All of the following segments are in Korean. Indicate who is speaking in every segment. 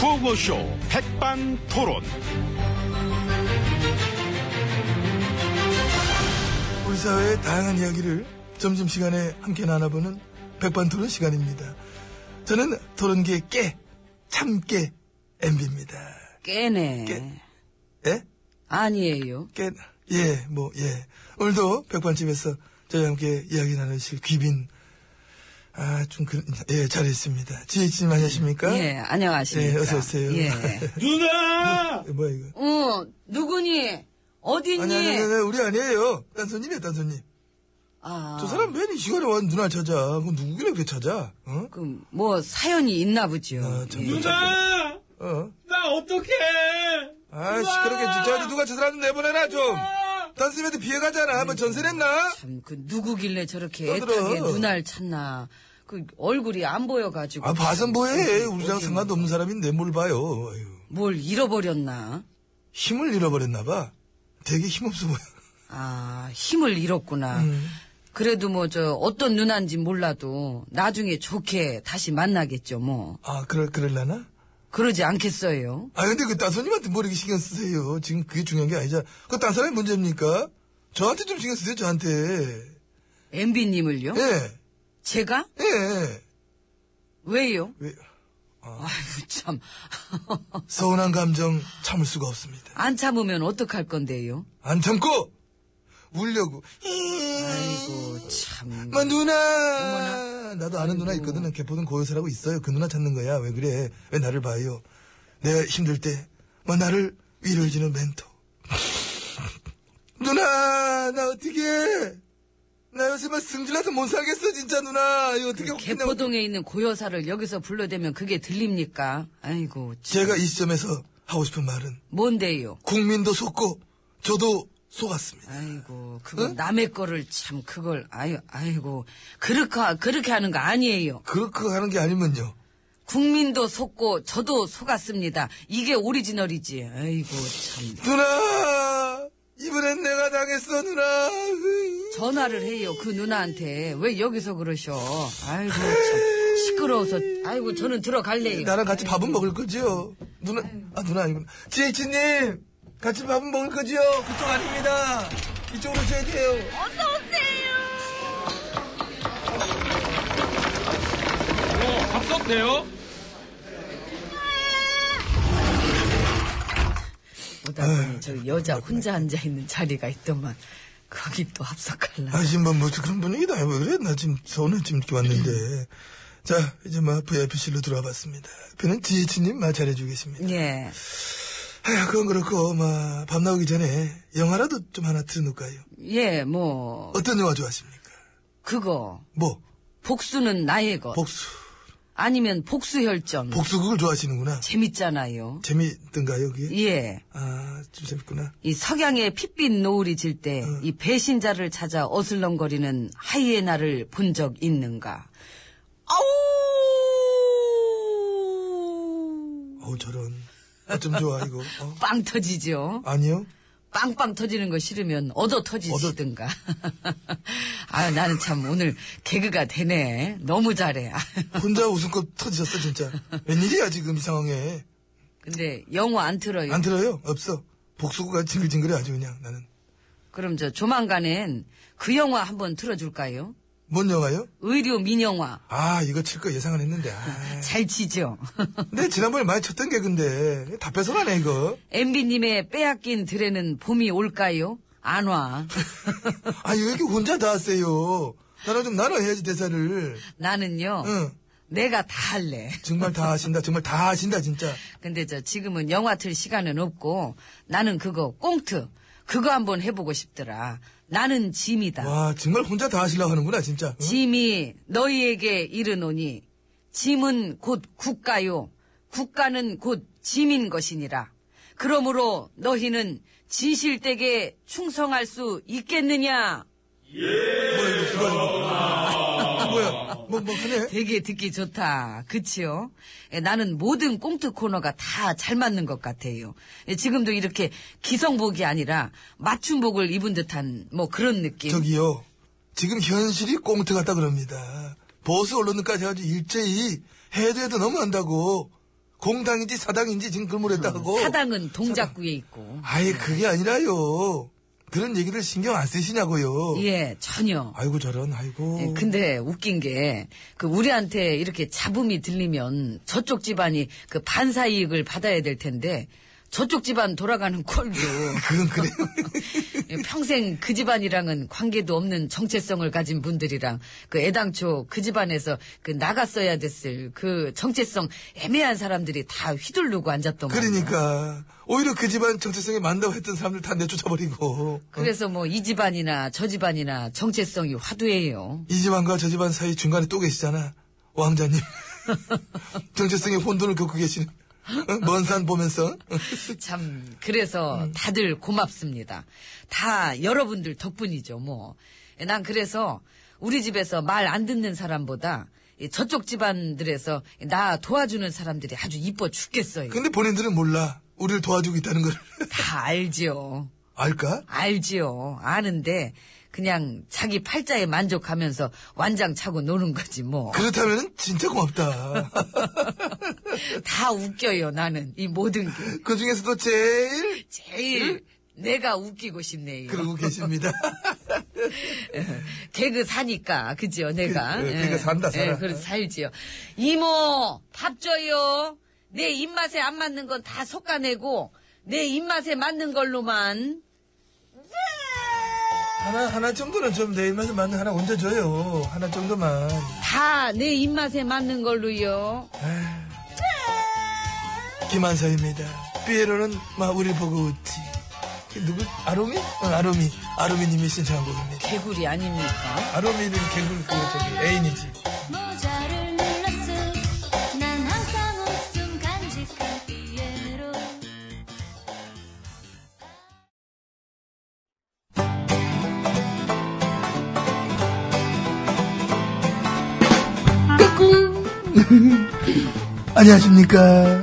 Speaker 1: 구호쇼 백반토론.
Speaker 2: 우리 사회의 다양한 이야기를 점심시간에 함께 나눠보는 백반토론 시간입니다. 저는 토론계 깨, 참깨, 엠비입니다.
Speaker 3: 깨네.
Speaker 2: 깨. 예?
Speaker 3: 아니에요.
Speaker 2: 깨, 예, 뭐, 예. 오늘도 백반집에서 저희와 함께 이야기 나누실 귀빈, 아, 좀, 그, 예, 잘했습니다. 지혜진님 안녕하십니까?
Speaker 3: 예, 안녕하십니까.
Speaker 2: 예, 어서 오세요.
Speaker 3: 예.
Speaker 1: 누나!
Speaker 2: 예, 뭐야, 이거.
Speaker 3: 어, 누구니? 어디니?
Speaker 2: 아니, 아니, 아니, 아니, 우리 아니에요. 딴 손님이야, 딴 손님.
Speaker 3: 아,
Speaker 2: 저 사람 왜 이 시간에 와서 누나 찾아? 그 누구길래 그렇게 찾아? 어?
Speaker 3: 그럼 뭐 사연이 있나 보죠.
Speaker 2: 아, 참.
Speaker 3: 예.
Speaker 1: 누나!
Speaker 2: 어?
Speaker 1: 나 어떡해!
Speaker 2: 아, 시끄럽게 진짜 어디 누가 저 사람 내보내나 좀.
Speaker 1: 어,
Speaker 2: 딴 사람한테 피해가잖아. 뭐 전세 냈나?
Speaker 3: 참, 그 누구길래 저렇게
Speaker 2: 떠들어.
Speaker 3: 애타게 누나를 찾나. 그 얼굴이 안 보여가지고.
Speaker 2: 아, 봐서 뭐해. 우리랑
Speaker 3: 어디
Speaker 2: 상관도 없는 사람인데 뭘 봐요. 아유.
Speaker 3: 뭘 잃어버렸나.
Speaker 2: 힘을 잃어버렸나봐. 되게 힘없어 보여.
Speaker 3: 아, 힘을 잃었구나.
Speaker 2: 음.
Speaker 3: 그래도 뭐 저 어떤 누나인지 몰라도 나중에 좋게 다시 만나겠죠 뭐.
Speaker 2: 아, 그럴, 그럴라나?
Speaker 3: 그러지 않겠어요.
Speaker 2: 아, 근데 그 딴 손님한테 뭐 이렇게 신경 쓰세요. 지금 그게 중요한 게 아니잖아. 그 딴 사람이 문제입니까? 저한테 좀 신경 쓰세요, 저한테.
Speaker 3: MB님을요?
Speaker 2: 예,
Speaker 3: 제가?
Speaker 2: 예.
Speaker 3: 왜요?
Speaker 2: 왜,
Speaker 3: 아이고, 참.
Speaker 2: 서운한 감정 참을 수가 없습니다.
Speaker 3: 안 참으면 어떡할 건데요?
Speaker 2: 안 참고 울려고.
Speaker 3: 아이고, 참.
Speaker 2: 뭐 누나. 나도 아는 누나 있거든. 개포동 고요사라고 있어요. 그 누나 찾는 거야. 왜 그래? 왜 나를 봐요? 내가 힘들 때, 뭐 나를 위로해주는 멘토. 누나, 나 어떻게? 나 요새 막 승질나서 못 살겠어, 진짜 누나. 이거 어떻게 혼내냐고.
Speaker 3: 개포동에 있는 고여사를 여기서 불러대면 그게 들립니까? 아이고, 참.
Speaker 2: 제가 이 시점에서 하고 싶은 말은
Speaker 3: 뭔데요?
Speaker 2: 국민도 속고 저도 속았습니다.
Speaker 3: 아이고, 그거 남의 거를 참, 그걸, 아유, 아이고. 그렇게, 하- 그렇게 하는 거 아니에요.
Speaker 2: 그렇게 하는 게 아니면요.
Speaker 3: 국민도 속고, 저도 속았습니다. 이게 오리지널이지. 아이고, 참.
Speaker 2: 누나! 이번엔 내가 당했어, 누나! 으이.
Speaker 3: 전화를 해요 그 누나한테 왜 여기서 그러셔 아이고 참 시끄러워서 아이고 저는 들어갈래요
Speaker 2: 예. 나랑 같이 밥은 먹을 거지요? 누나, 아, 누나 아니구나. 지혜치님! 같이 밥은 먹을 거지요? 그쪽 아닙니다! 이쪽으로 오셔야 돼요!
Speaker 1: 밥솥 돼요?
Speaker 3: 보다 보니 저 여자 혼자 앉아 있는 자리가 있더만 거기 또 합석할라
Speaker 2: 아, 지금 뭐, 뭐, 그런 분위기다. 왜 그래? 나 지금 서운해, 지금 이렇게 왔는데. 자, 이제 막 VIP실로 들어와 봤습니다. 그는 지혜치님 말 잘해주겠습니다.
Speaker 3: 예
Speaker 2: 아휴, 그건 그렇고, 막, 밥 나오기 전에 영화라도 좀 하나 틀어놓을까요?
Speaker 3: 예, 뭐,
Speaker 2: 어떤 영화 좋아하십니까?
Speaker 3: 그거.
Speaker 2: 뭐,
Speaker 3: 복수는 나의 것.
Speaker 2: 복수.
Speaker 3: 아니면 복수혈전.
Speaker 2: 복수극을 좋아하시는구나.
Speaker 3: 재밌잖아요.
Speaker 2: 재미있던가요, 그게?
Speaker 3: 예.
Speaker 2: 아, 좀 재밌구나.
Speaker 3: 이 석양의 핏빛 노을이 질 때 이 배신자를 찾아 어슬렁거리는 하이에나를 본 적 있는가? 아우!
Speaker 2: 어우, 저런. 어쩜 좋아, 이거. 어?
Speaker 3: 빵 터지죠.
Speaker 2: 아니요?
Speaker 3: 빵빵 터지는 거 싫으면 얻어 터지시든가. 아, 나는 참 오늘 개그가 되네. 너무 잘해.
Speaker 2: 혼자 웃음꽃 터지셨어, 진짜. 웬일이야, 지금 이 상황에.
Speaker 3: 근데 영어 안 틀어요.
Speaker 2: 안 들어요? 없어. 복수구가 징글징글해, 아주 그냥, 나는.
Speaker 3: 그럼 저 조만간엔 그 영화 한번 틀어줄까요?
Speaker 2: 뭔 영화요?
Speaker 3: 의료 민영화.
Speaker 2: 아, 이거 칠 거 예상은 했는데. 아.
Speaker 3: 잘 치죠?
Speaker 2: 근데 지난번에 많이 쳤던 게 근데. 다 뺏어가네, 이거.
Speaker 3: MB님의 빼앗긴 드레는 봄이 올까요? 안 와.
Speaker 2: 아니, 왜 이렇게 혼자 다 하세요? 나랑 좀 나눠야지, 대사를.
Speaker 3: 나는요.
Speaker 2: 응.
Speaker 3: 내가 다 할래.
Speaker 2: 정말 다 하신다, 정말 다 하신다, 진짜.
Speaker 3: 근데 저 지금은 영화 틀 시간은 없고 나는 그거 꽁트 그거 한번 해보고 싶더라. 나는 짐이다.
Speaker 2: 와, 정말 혼자 다 하시려고 하는구나, 진짜. 응?
Speaker 3: 짐이 너희에게 이르노니 짐은 곧 국가요 국가는 곧 짐인 것이니라 그러므로 너희는 지실댁에 충성할 수 있겠느냐
Speaker 2: 뭐야, 이거, 누가 이거. 뭐야, 뭐, 뭐 하네?
Speaker 3: 되게 듣기 좋다 그치요 예, 나는 모든 꽁트 코너가 다 잘 맞는 것 같아요 예, 지금도 이렇게 기성복이 아니라 맞춤복을 입은 듯한 뭐 그런 느낌
Speaker 2: 저기요. 지금 현실이 꽁트 같다 그럽니다. 보수 언론까지 아주 일제히 해도 해도 너무한다고. 공당인지 사당인지 지금 글무했다 하고.
Speaker 3: 사당은 동작구에 있고.
Speaker 2: 아예 그게 아니라요. 그런 얘기를 신경 안 쓰시냐고요.
Speaker 3: 예, 전혀.
Speaker 2: 아이고 저런 아이고.
Speaker 3: 예, 근데 웃긴 게, 그, 우리한테 이렇게 잡음이 들리면 저쪽 집안이 그 반사 이익을 받아야 될 텐데, 저쪽 집안 돌아가는 꼴도
Speaker 2: 그건 그래요.
Speaker 3: 예, 평생 그 집안이랑은 관계도 없는 정체성을 가진 분들이랑 그 애당초 그 집안에서 그 나갔어야 됐을 그 정체성 애매한 사람들이 다 휘둘르고 앉았던 거예요.
Speaker 2: 그러니까 오히려 그 집안 정체성에 맞다고 했던 사람들 다 내쫓아버리고 어?
Speaker 3: 그래서 뭐 이 집안이나 저 집안이나 정체성이 화두예요.
Speaker 2: 이 집안과 저 집안 사이 중간에 또 계시잖아 왕자님 정체성에 혼돈을 겪고 계시는 어? 먼 산 보면서 어?
Speaker 3: 참
Speaker 2: 음.
Speaker 3: 그래서 다들 고맙습니다. 다 여러분들 덕분이죠. 뭐 난 그래서 우리 집에서 말 안 듣는 사람보다 이 저쪽 집안들에서 나 도와주는 사람들이 아주 이뻐 죽겠어요.
Speaker 2: 근데 본인들은 몰라 우리를 도와주고 있다는 걸
Speaker 3: 다 알지요.
Speaker 2: 알까?
Speaker 3: 알지요. 아는데 그냥 자기 팔자에 만족하면서 완장 차고 노는 거지 뭐.
Speaker 2: 그렇다면 진짜 고맙다
Speaker 3: 다 웃겨요 나는 이 모든 게
Speaker 2: 그 중에서도 제일
Speaker 3: 제일 내가 웃기고 싶네요.
Speaker 2: 그러고 계십니다
Speaker 3: 개그 사니까 그지요 내가.
Speaker 2: 그, 그,
Speaker 3: 예.
Speaker 2: 개그 산다, 살아.
Speaker 3: 예, 그래서 살지요. 이모 밥 줘요. 내 입맛에 안 맞는 건 다 솎아내고 내 입맛에 맞는 걸로만.
Speaker 2: 하나 하나 정도는 좀 내 입맛에 맞는 하나 얹어줘요 하나 정도만
Speaker 3: 다 내 입맛에 맞는 걸로요.
Speaker 2: 김한서입니다. 삐에로는 마 우리 보고 웃지. 그 누구? 아로미? 어, 아로미. 아로미님이 신청한 곡입니다.
Speaker 3: 개구리 아닙니까?
Speaker 2: 아로미는 개굴 그 저기 애인이지.
Speaker 4: 모자를 눌렀음 난 항상 웃음 간직한 비애로
Speaker 2: 안녕하십니까.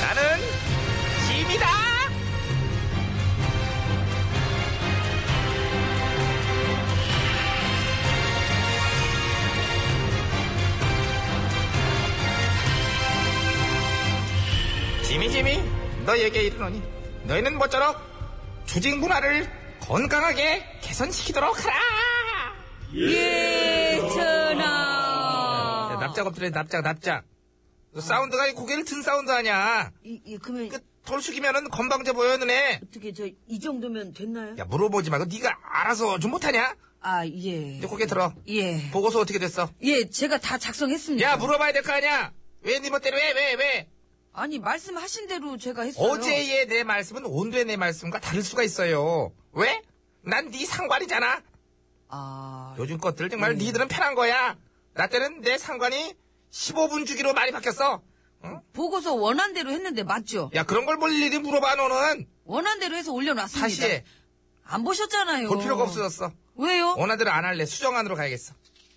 Speaker 1: 나는 짐이다.
Speaker 5: 지미 지미 너에게 이르노니 너희는 모쪼록 조직 문화를 건강하게 개선시키도록 하라.
Speaker 3: 예,
Speaker 5: 야,
Speaker 3: 전하.
Speaker 5: 납작 엎드려 납작 납작. 너 사운드가 이 고개를 든 사운드 아니야.
Speaker 3: 그러면
Speaker 5: 그돌 숙이면은 건방져 보여 눈에.
Speaker 3: 어떻게 저 이 정도면 됐나요?
Speaker 5: 야 물어보지 말고 네가 알아서 좀 못하냐?
Speaker 3: 아, 예.
Speaker 5: 이제 고개 들어.
Speaker 3: 예.
Speaker 5: 보고서 어떻게 됐어?
Speaker 3: 예, 제가 다 작성했습니다.
Speaker 5: 야 물어봐야 될 거 아니야. 왜 네 멋대로 왜 왜 왜?
Speaker 3: 아니, 말씀하신 대로 제가 했어요.
Speaker 5: 어제의 내 말씀은 오늘의 내 말씀과 다를 수가 있어요. 왜? 난 네 상관이잖아.
Speaker 3: 아,
Speaker 5: 요즘 것들 정말 니들은 편한 거야. 나 때는 내 상관이 15분 주기로 많이 바뀌었어. 응?
Speaker 3: 보고서 원한대로 했는데 맞죠?
Speaker 5: 야 그런 걸 볼 일이 물어봐 너는.
Speaker 3: 원한대로 해서 올려놨습니다.
Speaker 5: 사실
Speaker 3: 안 보셨잖아요.
Speaker 5: 볼 필요가 없어졌어.
Speaker 3: 왜요?
Speaker 5: 원하대로 안 할래. 수정안으로 가야겠어.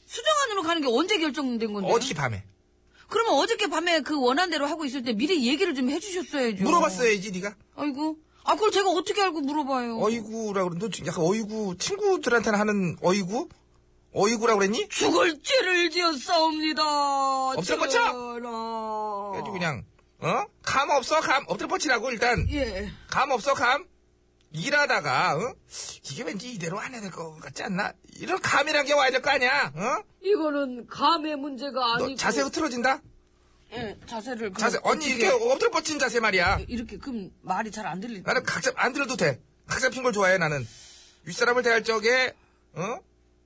Speaker 3: 수정안으로 가는 게 언제 결정된 건데?
Speaker 5: 어저께 밤에.
Speaker 3: 그러면 어저께 밤에 그 원한대로 하고 있을 때 미리 얘기를 좀 해주셨어야죠.
Speaker 5: 물어봤어야지 네가.
Speaker 3: 아이고. 아, 그걸 제가 어떻게 알고 물어봐요?
Speaker 5: 어이구라 그러는데 너 약간 어이구 친구들한테는 하는 어이구? 어이구라 그랬니?
Speaker 3: 죽을 죄를 지었사옵니다.
Speaker 5: 엎드려 뻗쳐!
Speaker 3: 전하.
Speaker 5: 그래가지고 그냥 어? 감 없어 감. 엎드려 뻗치라고 일단.
Speaker 3: 예.
Speaker 5: 감 없어 감. 일하다가 어? 이게 왠지 이대로 안 해야 될 것 같지 않나? 이런 감이란 게 와야 될 거 아니야? 어?
Speaker 3: 이거는 감의 문제가
Speaker 5: 너
Speaker 3: 아니고.
Speaker 5: 자세 흐트러진다?
Speaker 3: 예, 자세를. 그럼
Speaker 5: 자세 언니
Speaker 3: 어떻게-
Speaker 5: 이렇게 엎드려 뻗친 자세 말이야.
Speaker 3: 이렇게 그럼 말이 잘 안 들릴.
Speaker 5: 나는 각잡 안 들어도 돼. 각 잡힌 걸 좋아해 나는. 윗사람을 대할 적에 어?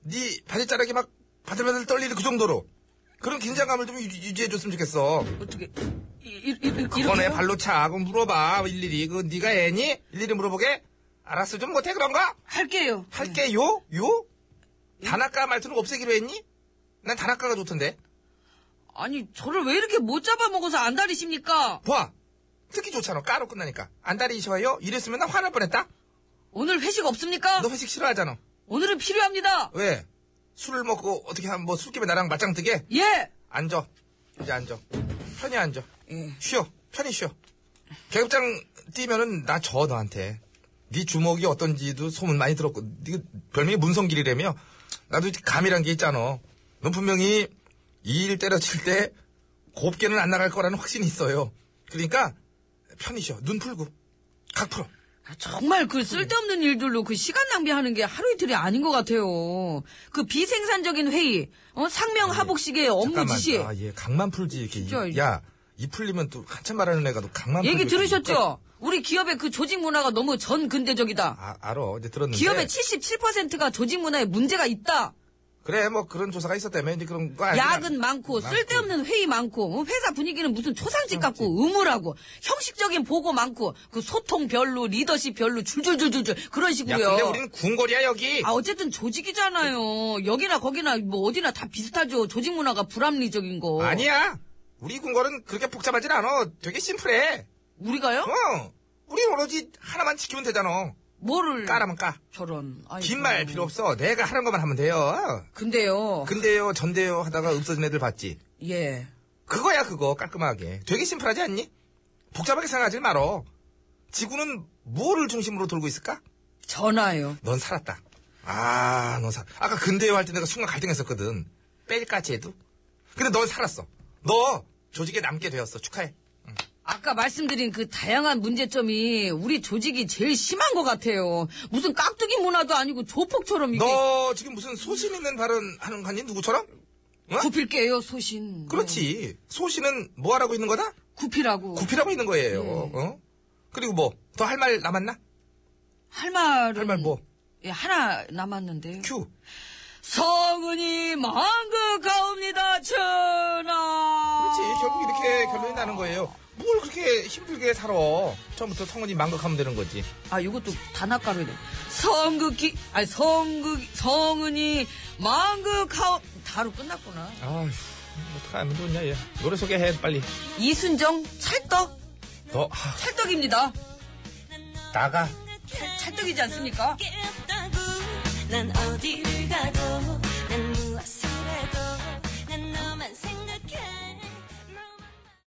Speaker 5: 네 바지자락이 막 바들바들 떨리는 그 정도로 그런 긴장감을 좀 유지해 줬으면 좋겠어.
Speaker 3: 어떻게 이, 이, 이, 렇게
Speaker 5: 그거네 발로 차. 그럼 물어봐 일일이. 그 네가 애니? 일일이 물어보게. 알았어 좀 못해 그런 거?
Speaker 3: 할게요.
Speaker 5: 할게 요? 요? 단아까 말투는 없애기로 했니? 난 단아까가 좋던데.
Speaker 3: 아니 저를 왜 이렇게 못 잡아먹어서 안달이십니까?
Speaker 5: 봐. 특히 좋잖아. 까로 끝나니까. 안다리 이셔요? 이랬으면 나 화날 뻔했다.
Speaker 3: 오늘 회식 없습니까?
Speaker 5: 너 회식 싫어하잖아.
Speaker 3: 오늘은 필요합니다.
Speaker 5: 왜? 술을 먹고 어떻게 하면 뭐 술김에 나랑 맞짱 뜨게?
Speaker 3: 예.
Speaker 5: 앉아. 이제 앉아. 편히 앉아.
Speaker 3: 예.
Speaker 5: 쉬어. 편히 쉬어. 계급장 뛰면은 나 져 너한테. 네 주먹이 어떤지도 소문 많이 들었고 네 별명이 문성길이라며. 나도 이제 감이란 게 있잖아. 넌 분명히 이 일 때려칠 때 곱게는 안 나갈 거라는 확신이 있어요. 그러니까 편히 쉬어. 눈 풀고 각 풀어.
Speaker 3: 아, 정말 그 쓸데없는 일들로 그 시간 낭비하는 게 하루 이틀이 아닌 것 같아요. 그 비생산적인 회의, 어, 상명 하복식의 업무
Speaker 5: 잠깐만.
Speaker 3: 지시.
Speaker 5: 아, 예. 각만 풀지 이렇게. 이-
Speaker 3: 진짜.
Speaker 5: 야, 이 풀리면 또 한참 말하는 애가 또 각만
Speaker 3: 얘기
Speaker 5: 풀고 있으니까.
Speaker 3: 들으셨죠? 우리 기업의 그 조직 문화가 너무 전근대적이다.
Speaker 5: 아, 알어. 이제 들었는데.
Speaker 3: 기업의 77%가 조직 문화에 문제가 있다.
Speaker 5: 그래, 뭐 그런 조사가 있었다며. 이제 그런 거 알지.
Speaker 3: 야근 많고 쓸데없는 회의 많고 어, 회사 분위기는 무슨 초상집 같고 음울하고 형식적인 보고 많고 그 소통 별로 리더십 별로 줄줄줄줄줄 그런
Speaker 5: 야,
Speaker 3: 식으로요.
Speaker 5: 근데 우리는 그 궁궐이야, 여기.
Speaker 3: 아 어쨌든 조직이잖아요. 여기나 거기나 뭐 어디나 다 비슷하죠. 조직 문화가 불합리적인 거.
Speaker 5: 아니야. 우리 궁궐은 그렇게 복잡하진 않아. 되게 심플해.
Speaker 3: 우리가요?
Speaker 5: 어. 우리 오로지 하나만 지키면 되잖아.
Speaker 3: 뭐를
Speaker 5: 까라면 까.
Speaker 3: 저런. 음. 아이고.
Speaker 5: 긴 말 필요 없어. 그 내가 하는 것만 하면 돼요.
Speaker 3: 근데요.
Speaker 5: 근데요, 전데요 하다가 없어진 애들 봤지.
Speaker 3: 예.
Speaker 5: 그거야, 그거. 깔끔하게. 되게 심플하지 않니? 복잡하게 생각하지 말어. 지구는 뭐를 중심으로 돌고 있을까?
Speaker 3: 전화요.
Speaker 5: 넌 살았다. 아, 넌 살. 아까 근대요 할 때 내가 순간 갈등했었거든. 뺄까지 해도. 근데 넌 살았어. 너 조직에 남게 되었어. 축하해.
Speaker 3: 아까 말씀드린 그 다양한 문제점이 우리 조직이 제일 심한 것 같아요. 무슨 깍두기 문화도 아니고 조폭처럼 이게
Speaker 5: 너 지금 무슨 소신 있는 발언 하는 거 아니? 누구처럼? 어?
Speaker 3: 굽힐게요 소신.
Speaker 5: 그렇지. 소신은 뭐 하라고 있는 거다?
Speaker 3: 네, 굽히라고
Speaker 5: 구피라고 있는 거예요. 어? 그리고 뭐, 더 할 말 남았나?
Speaker 3: 할 말은
Speaker 5: 할 말 뭐?
Speaker 3: 예, 하나 남았는데요.
Speaker 5: 큐.
Speaker 3: 성은이 망극가옵니다 천하.
Speaker 5: 그렇지. 결국 이렇게 결론이 나는 거예요. 뭘 그렇게 힘들게 살아. 처음부터 성은이 망극하면 되는 거지.
Speaker 3: 아 이것도 단아가루네. 성극기 아니 성극 성은이 망극하옵 다로 끝났구나.
Speaker 5: 아휴, 어떡하면 좋냐, 얘. 노래 소개해, 빨리.
Speaker 3: 이순정 찰떡
Speaker 5: 더, 아,
Speaker 3: 찰떡입니다.
Speaker 5: 나가.
Speaker 3: 찰- 찰떡이지 않습니까?
Speaker 4: 게 없다고 난 어디를 가도